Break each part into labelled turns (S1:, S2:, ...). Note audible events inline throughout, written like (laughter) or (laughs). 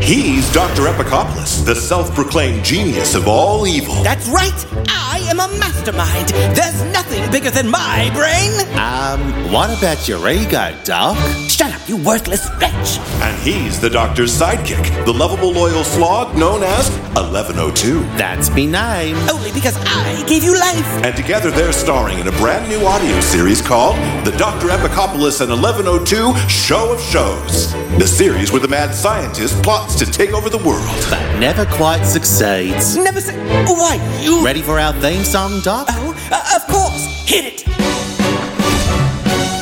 S1: He's Dr. Epicopoulos, the self proclaimed genius of all evil.
S2: That's right! I am a mastermind! There's nothing bigger than my brain!
S3: Um, what about your ego, Doc?
S2: Shut up, you worthless wretch!
S1: And he's the doctor's sidekick, the lovable loyal slog known as 1102.
S3: That's me name.
S2: Only because I gave you life!
S1: Oh. And together they're starring in a brand new audio series called The Dr. Epicopoulos and 1102 Show of Shows. The series where the mad scientist plots to take over the world.
S3: But never quite succeeds.
S2: Never say.
S4: "Oh,
S2: Why, you.
S3: Ready for our theme song, Doc?
S2: Oh, uh, of course! Hit it!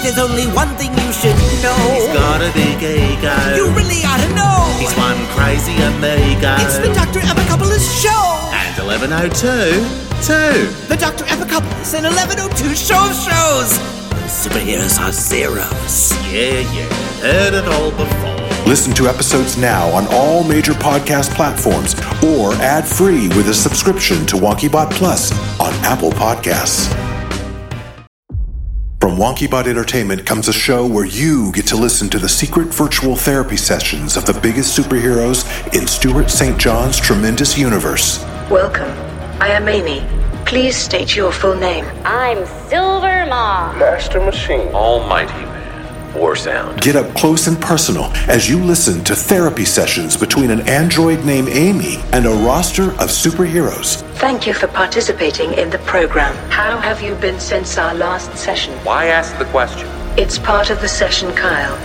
S2: There's only one thing you should
S3: He's
S2: know.
S3: got a big
S2: You
S3: ego.
S2: really ought to know!
S3: He's one crazy amigo.
S2: It's the Dr. Epicopoulos Show!
S3: And 1102, 2.
S2: The Dr. Epicopoulos and 1102 Show of Shows! Superheroes are zeros.
S3: Yeah, yeah, heard it all before.
S1: Listen to episodes now on all major podcast platforms or ad free with a subscription to WonkyBot Plus on Apple Podcasts. From WonkyBot Entertainment comes a show where you get to listen to the secret virtual therapy sessions of the biggest superheroes in Stuart St. John's tremendous universe.
S5: Welcome. I am Amy. Please state your full name.
S6: I'm Silver Ma.
S7: Master Machine. Almighty Man. War Sound.
S1: Get up close and personal as you listen to therapy sessions between an android named Amy and a roster of superheroes.
S5: Thank you for participating in the program. How have you been since our last session?
S7: Why ask the question?
S5: It's part of the session, Kyle.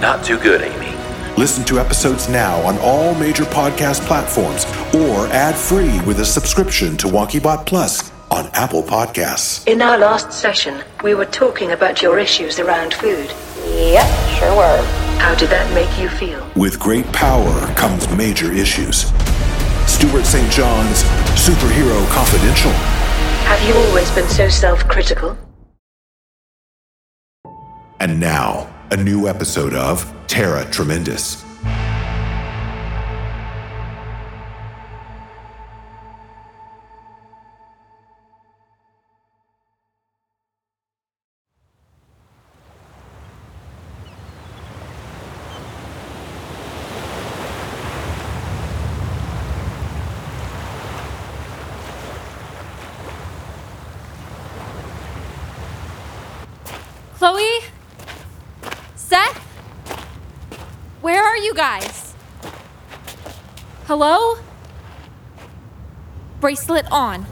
S7: Not too good, Amy.
S1: Listen to episodes now on all major podcast platforms or ad free with a subscription to WonkyBot Plus on Apple Podcasts.
S5: In our last session, we were talking about your issues around food.
S6: Yep, sure were.
S5: How did that make you feel?
S1: With great power comes major issues. Stuart St. John's Superhero Confidential.
S5: Have you always been so self critical?
S1: And now, a new episode of Terra Tremendous.
S8: Chloe? Seth? Where are you guys? Hello? Bracelet on.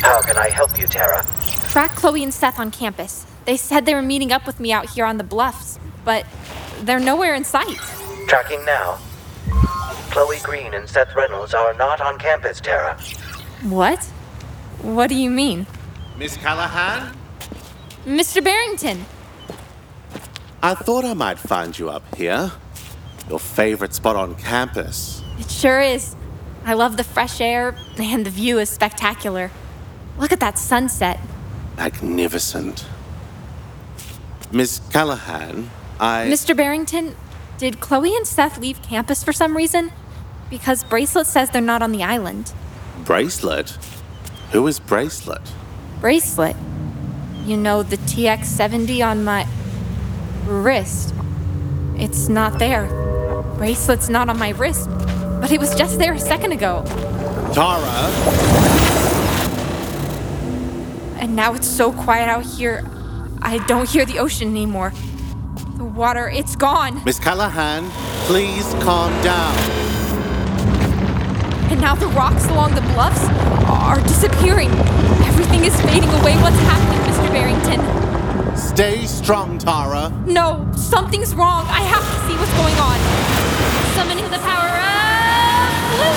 S9: How can I help you, Tara?
S8: Track Chloe and Seth on campus. They said they were meeting up with me out here on the bluffs, but they're nowhere in sight.
S9: Tracking now. Chloe Green and Seth Reynolds are not on campus, Tara.
S8: What? What do you mean?
S3: Miss Callahan?
S8: Mr. Barrington,
S3: I thought I might find you up here. Your favorite spot on campus.
S8: it sure is. I love the fresh air, and the view is spectacular. Look at that sunset.
S3: Magnificent. Miss Callahan, I.
S8: Mr. Barrington, did Chloe and Seth leave campus for some reason? Because Bracelet says they're not on the island.
S3: Bracelet? Who is Bracelet?
S8: Bracelet? You know, the TX 70 on my wrist. It's not there. Bracelet's not on my wrist, but it was just there a second ago.
S3: Tara?
S8: And now it's so quiet out here, I don't hear the ocean anymore. The water, it's gone.
S3: Miss Callahan, please calm down.
S8: And now the rocks along the bluffs are disappearing. Everything is fading away. What's happening, Mr. Barrington?
S3: Stay strong, Tara.
S8: No, something's wrong. I have to see what's going on. Summoning the power of blue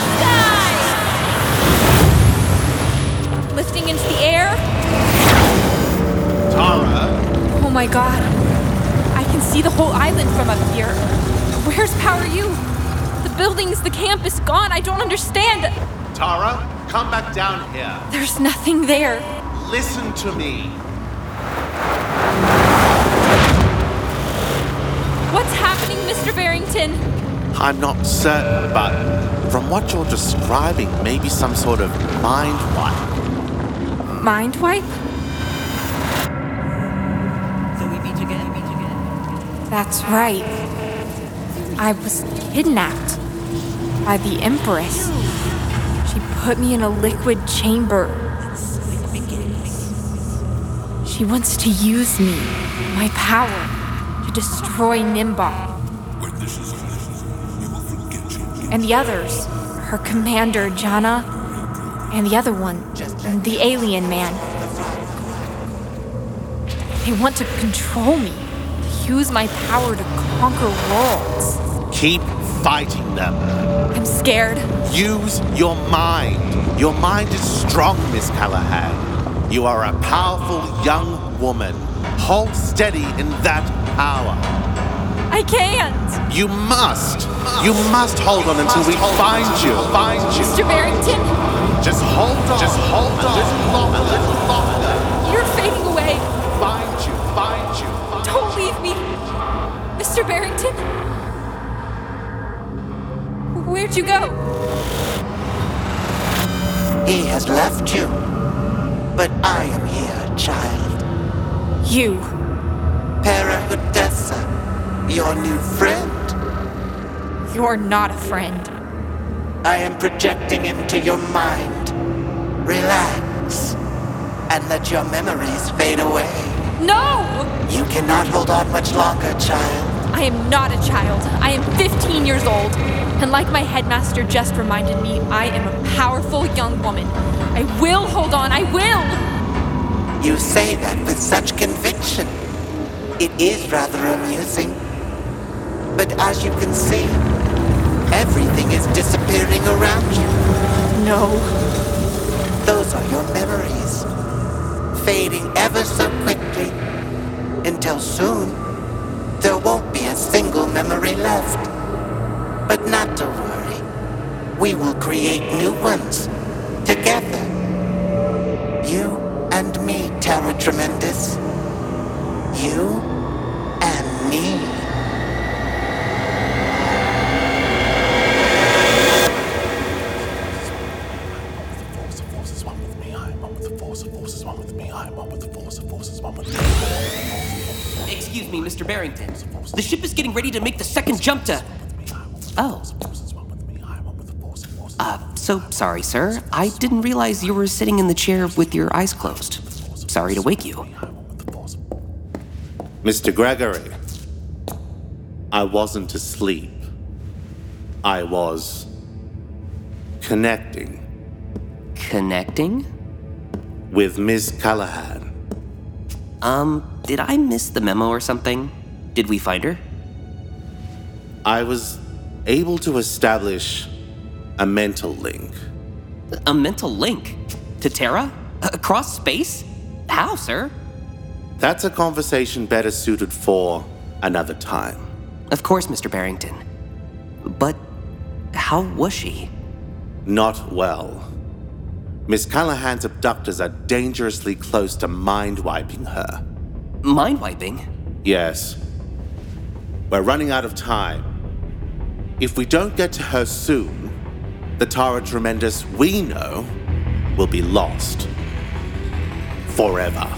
S8: sky. Lifting into the air.
S3: Tara?
S8: Oh my god. I can see the whole island from up here. Where's Power U? The buildings, the campus gone. I don't understand.
S3: Tara, come back down here.
S8: There's nothing there.
S3: Listen to me.
S8: What's happening, Mr. Barrington?
S3: I'm not certain, but from what you're describing, maybe some sort of mind wipe.
S8: Mind wipe? That's right. I was kidnapped. by the Empress. She put me in a liquid chamber. She wants to use me, my power, to destroy Nimbar and the others. Her commander, Jana, and the other one, and the alien man. They want to control me, to use my power to conquer worlds.
S3: Keep fighting them.
S8: I'm scared.
S3: Use your mind. Your mind is strong, Miss Callahan. You are a powerful young woman. Hold steady in that power.
S8: I can't.
S3: You must. You must hold on until we find you. Find you.
S8: Mr. Barrington,
S3: Just hold on. Just hold on. A little longer. A little longer.
S8: you're fading away.
S3: Find you. Find you. Find
S8: Don't leave me. Mr. Barrington? Where'd you go?
S2: He has left you. But I am here, child.
S8: You.
S2: Para Odessa, your new friend.
S8: You're not a friend.
S2: I am projecting into your mind. Relax. And let your memories fade away.
S8: No!
S2: You cannot hold on much longer, child.
S8: I am not a child. I am 15 years old. And like my headmaster just reminded me, I am a powerful young woman. I will hold on, I will!
S2: You say that with such conviction. It is rather amusing. But as you can see, everything is disappearing around you.
S8: No.
S2: Those are your memories, fading ever so quickly, until soon there won't be a single memory left. But not to worry, we will create new ones, together. You and me, Terra Tremendous. You and me.
S10: Excuse me, Mr. Barrington. The ship is getting ready to make the second jump to. Oh. Uh, so sorry, sir. I didn't realize you were sitting in the chair with your eyes closed. Sorry to wake you.
S3: you. Mr. Gregory, I wasn't asleep. I was connecting
S10: Connecting?
S3: with Miss Callahan.
S10: Um, did I miss the memo or something? Did we find her?
S3: I was able to establish a mental link.
S10: A mental link? To Terra? A- Across space? How, sir?
S3: That's a conversation better suited for another time.
S10: Of course, Mr. Barrington. But how was she?
S3: Not well. Miss Callahan's abductors are dangerously close to mind wiping her.
S10: Mind wiping?
S3: Yes. We're running out of time. If we don't get to her soon, the Tara Tremendous we know will be lost. Forever.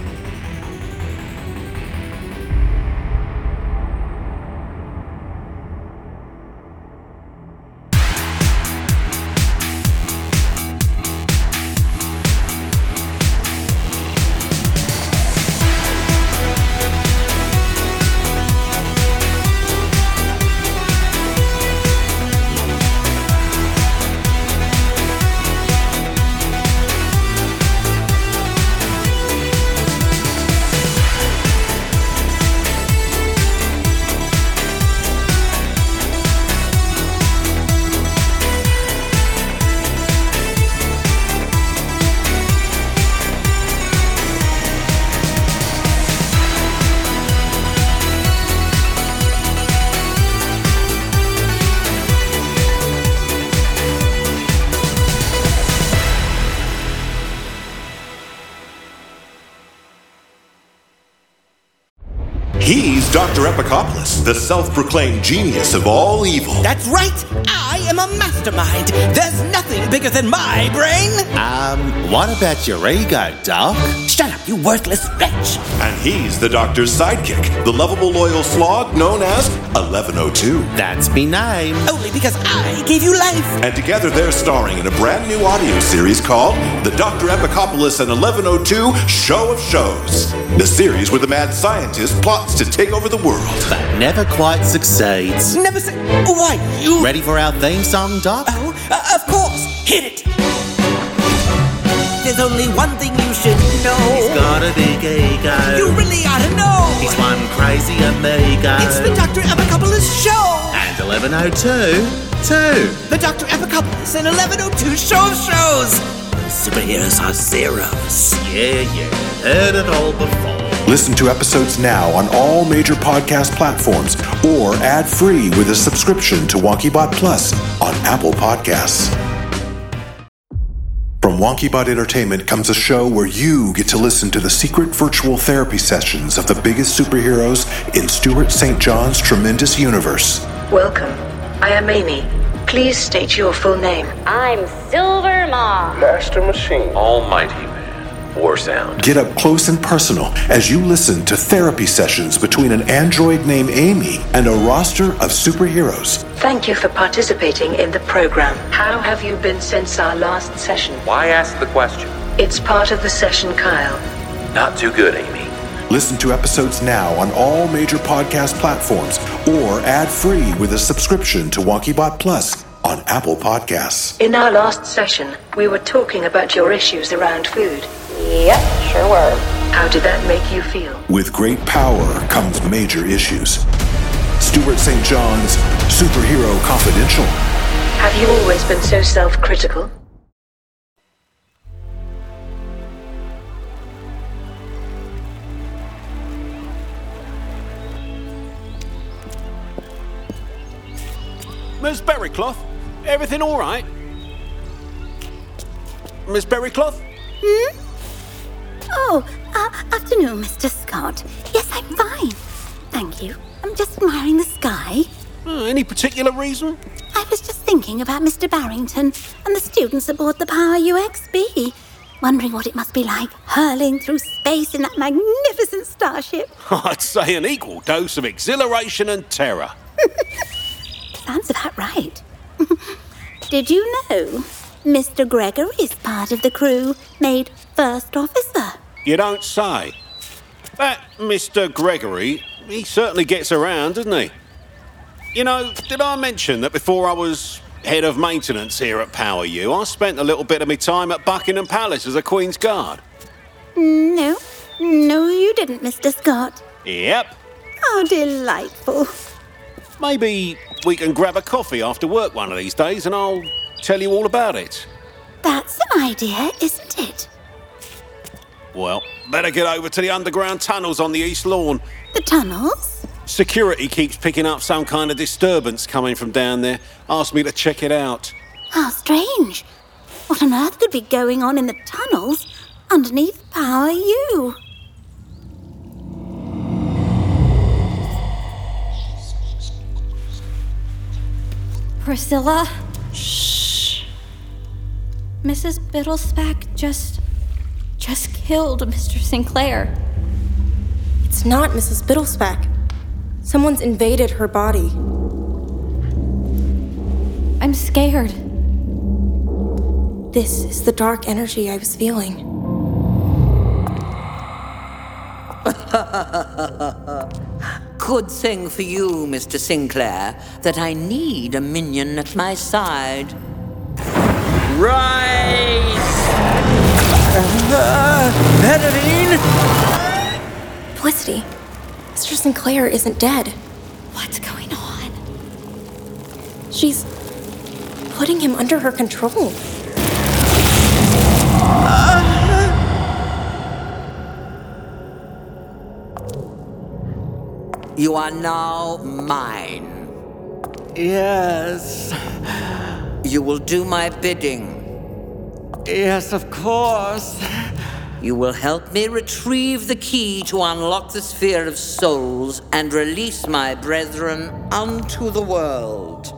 S1: He's Dr. Epicopoulos, the self proclaimed genius of all evil.
S11: That's right! I am a mastermind! There's nothing bigger than my brain!
S3: Um, what about your ego, Doc?
S11: Shut up, you worthless wretch!
S1: And he's the doctor's sidekick, the lovable loyal slog known as 1102.
S3: That's me name.
S11: Only because I gave you life!
S1: Oh. And together they're starring in a brand new audio series called The Dr. Epicopoulos and 1102 Show of Shows. The series where the mad scientist plots to take over the world.
S3: But never quite succeeds.
S11: Never say.
S4: "Oh,
S11: Why, you.
S3: Ready for our theme song, Doc?
S11: Oh, uh, of course! Hit it! There's only one thing you should know.
S3: Got a big ego.
S11: You really ought to know!
S3: He's one crazy amigo.
S11: It's the Dr. Epicopoulos show!
S3: And 1102, too.
S11: The Dr. Epicopoulos and 1102 show of shows! Superheroes are zeros.
S3: Yeah, yeah, heard it all before.
S1: Listen to episodes now on all major podcast platforms or ad free with a subscription to WonkyBot Plus on Apple Podcasts. From WonkyBot Entertainment comes a show where you get to listen to the secret virtual therapy sessions of the biggest superheroes in Stuart St. John's tremendous universe.
S5: Welcome. I am Amy. Please state your full name.
S6: I'm Silver Maw.
S7: Master Machine. Almighty Man. War Sound.
S1: Get up close and personal as you listen to therapy sessions between an android named Amy and a roster of superheroes.
S5: Thank you for participating in the program. How have you been since our last session?
S7: Why ask the question?
S5: It's part of the session, Kyle.
S7: Not too good, Amy.
S1: Listen to episodes now on all major podcast platforms or ad free with a subscription to WonkyBot Plus on Apple Podcasts.
S5: In our last session, we were talking about your issues around food.
S6: Yep, sure were.
S5: How did that make you feel?
S1: With great power comes major issues. Stuart St. John's Superhero Confidential.
S5: Have you always been so self critical?
S12: Miss Berrycloth, everything all right? Miss Berrycloth? (laughs)
S13: Hmm? Oh, uh, afternoon, Mr. Scott. Yes, I'm fine. Thank you. I'm just admiring the sky.
S12: Uh, any particular reason?
S13: I was just thinking about Mr. Barrington and the students aboard the Power UXB, wondering what it must be like hurling through space in that magnificent starship. (laughs)
S12: I'd say an equal dose of exhilaration and terror.
S13: Sounds about right. (laughs) Did you know Mr. Gregory is part of the crew made first officer?
S12: You don't say. That Mr. Gregory, he certainly gets around, doesn't he? You know, did I mention that before I was head of maintenance here at Power U, I spent a little bit of my time at Buckingham Palace as a Queen's Guard?
S13: No, no, you didn't, Mr. Scott.
S12: Yep.
S13: How delightful.
S12: Maybe we can grab a coffee after work one of these days and I'll tell you all about it.
S13: That's an idea, isn't it?
S12: Well, better get over to the underground tunnels on the East Lawn.
S13: The tunnels?
S12: Security keeps picking up some kind of disturbance coming from down there. Asked me to check it out.
S13: How strange. What on earth could be going on in the tunnels underneath Power U?
S8: Priscilla? Shh. Mrs. Biddlesback just. just killed Mr. Sinclair.
S14: It's not Mrs. Biddlesback. Someone's invaded her body.
S8: I'm scared.
S14: This is the dark energy I was feeling.
S11: (laughs) Good thing for you, Mr. Sinclair, that I need a minion at my side.
S10: Right!
S14: Felicity, Mr. Sinclair isn't dead.
S8: What's going on?
S14: She's putting him under her control.
S11: You are now mine.
S10: Yes.
S11: You will do my bidding.
S10: Yes, of course.
S11: You will help me retrieve the key to unlock the sphere of souls and release my brethren unto the world.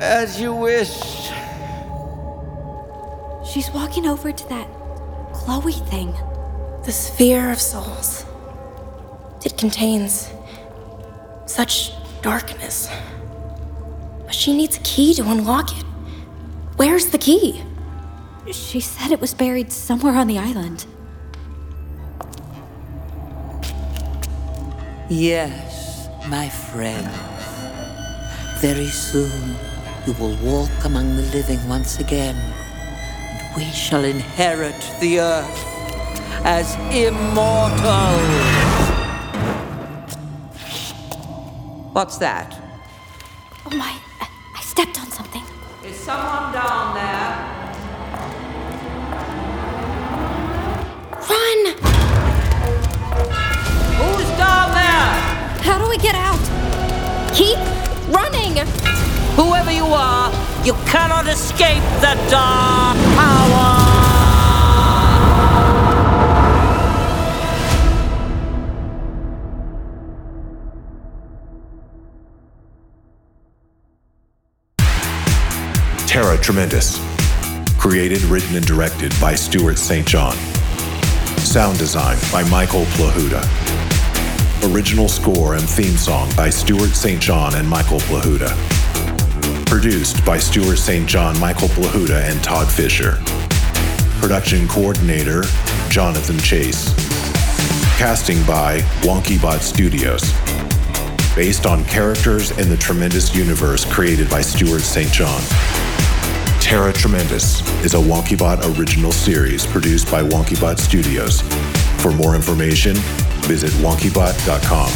S11: As you wish.
S15: She's walking over to that Chloe thing.
S14: The sphere of souls. It contains such darkness. But she needs a key to unlock it. Where's the key?
S15: She said it was buried somewhere on the island.
S11: Yes, my friend. Very soon you will walk among the living once again, and we shall inherit the earth as immortals. What's that?
S15: Oh my, I stepped on something.
S11: Is someone down there?
S14: Run!
S11: Who's down there?
S8: How do we get out? Keep running!
S11: Whoever you are, you cannot escape the dark power!
S1: Terra Tremendous. Created, written, and directed by Stuart St. John. Sound design by Michael Plahuta. Original score and theme song by Stuart St. John and Michael Plahuta. Produced by Stuart St. John, Michael Plahuta, and Todd Fisher. Production coordinator Jonathan Chase. Casting by WonkyBot Studios. Based on characters in the tremendous universe created by Stuart St. John. Terra Tremendous is a WonkyBot original series produced by WonkyBot Studios. For more information, visit wonkybot.com.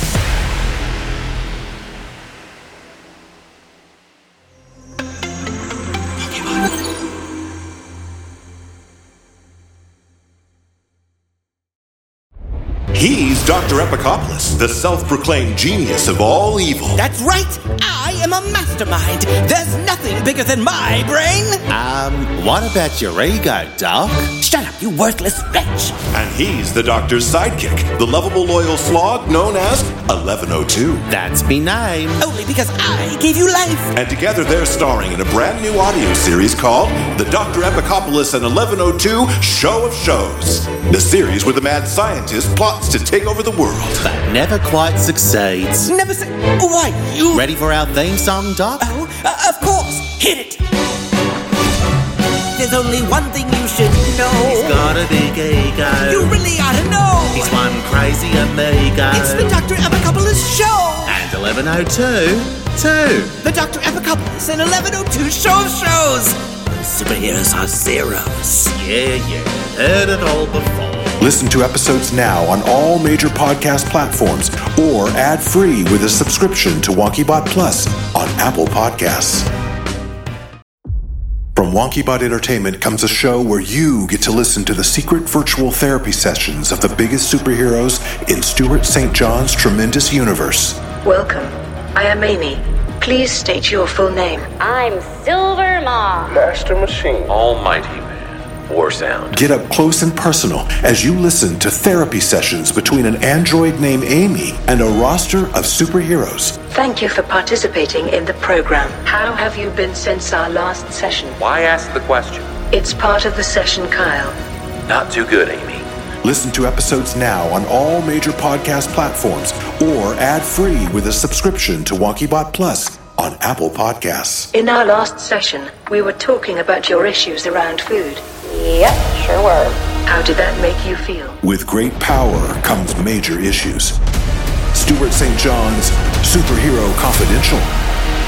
S1: He's Dr. Epicopoulos, the self proclaimed genius of all evil.
S4: That's right! I am a mastermind! There's nothing bigger than my brain!
S3: Um, what about your ego, Doc?
S4: Shut up, you worthless wretch!
S1: And he's the doctor's sidekick, the lovable loyal slog known as 1102.
S3: That's me name.
S4: Only because I gave you life!
S1: Oh. And together they're starring in a brand new audio series called The Dr. Epicopoulos and 1102 Show of Shows. The series where the mad scientist plots to take over the world.
S3: But never quite succeeds.
S4: Never say. Why, you.
S3: Ready for our theme song, Doc?
S4: Oh, uh, of course! Hit it! There's only one thing you should
S3: He's
S4: know.
S3: got a big ego.
S4: You really ought to know!
S3: He's one crazy amigo.
S4: It's the Dr. Epicopoulos Show!
S3: And 1102, too.
S4: The Dr. Epicopoulos and 1102 Show of Shows! Superheroes are zeros.
S3: Yeah, yeah. Heard it all before.
S1: Listen to episodes now on all major podcast platforms or ad free with a subscription to WonkyBot Plus on Apple Podcasts. From WonkyBot Entertainment comes a show where you get to listen to the secret virtual therapy sessions of the biggest superheroes in Stuart St. John's tremendous universe.
S5: Welcome. I am Amy. Please state your full name.
S6: I'm Silver Maw.
S7: Master Machine. Almighty Man. War Sound.
S1: Get up close and personal as you listen to therapy sessions between an android named Amy and a roster of superheroes.
S5: Thank you for participating in the program. How have you been since our last session?
S7: Why ask the question?
S5: It's part of the session, Kyle.
S7: Not too good, Amy.
S1: Listen to episodes now on all major podcast platforms or ad free with a subscription to WonkyBot Plus on Apple Podcasts.
S5: In our last session, we were talking about your issues around food.
S6: Yep, sure were.
S5: How did that make you feel?
S1: With great power comes major issues. Stuart St. John's Superhero Confidential.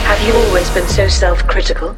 S5: Have you always been so self critical?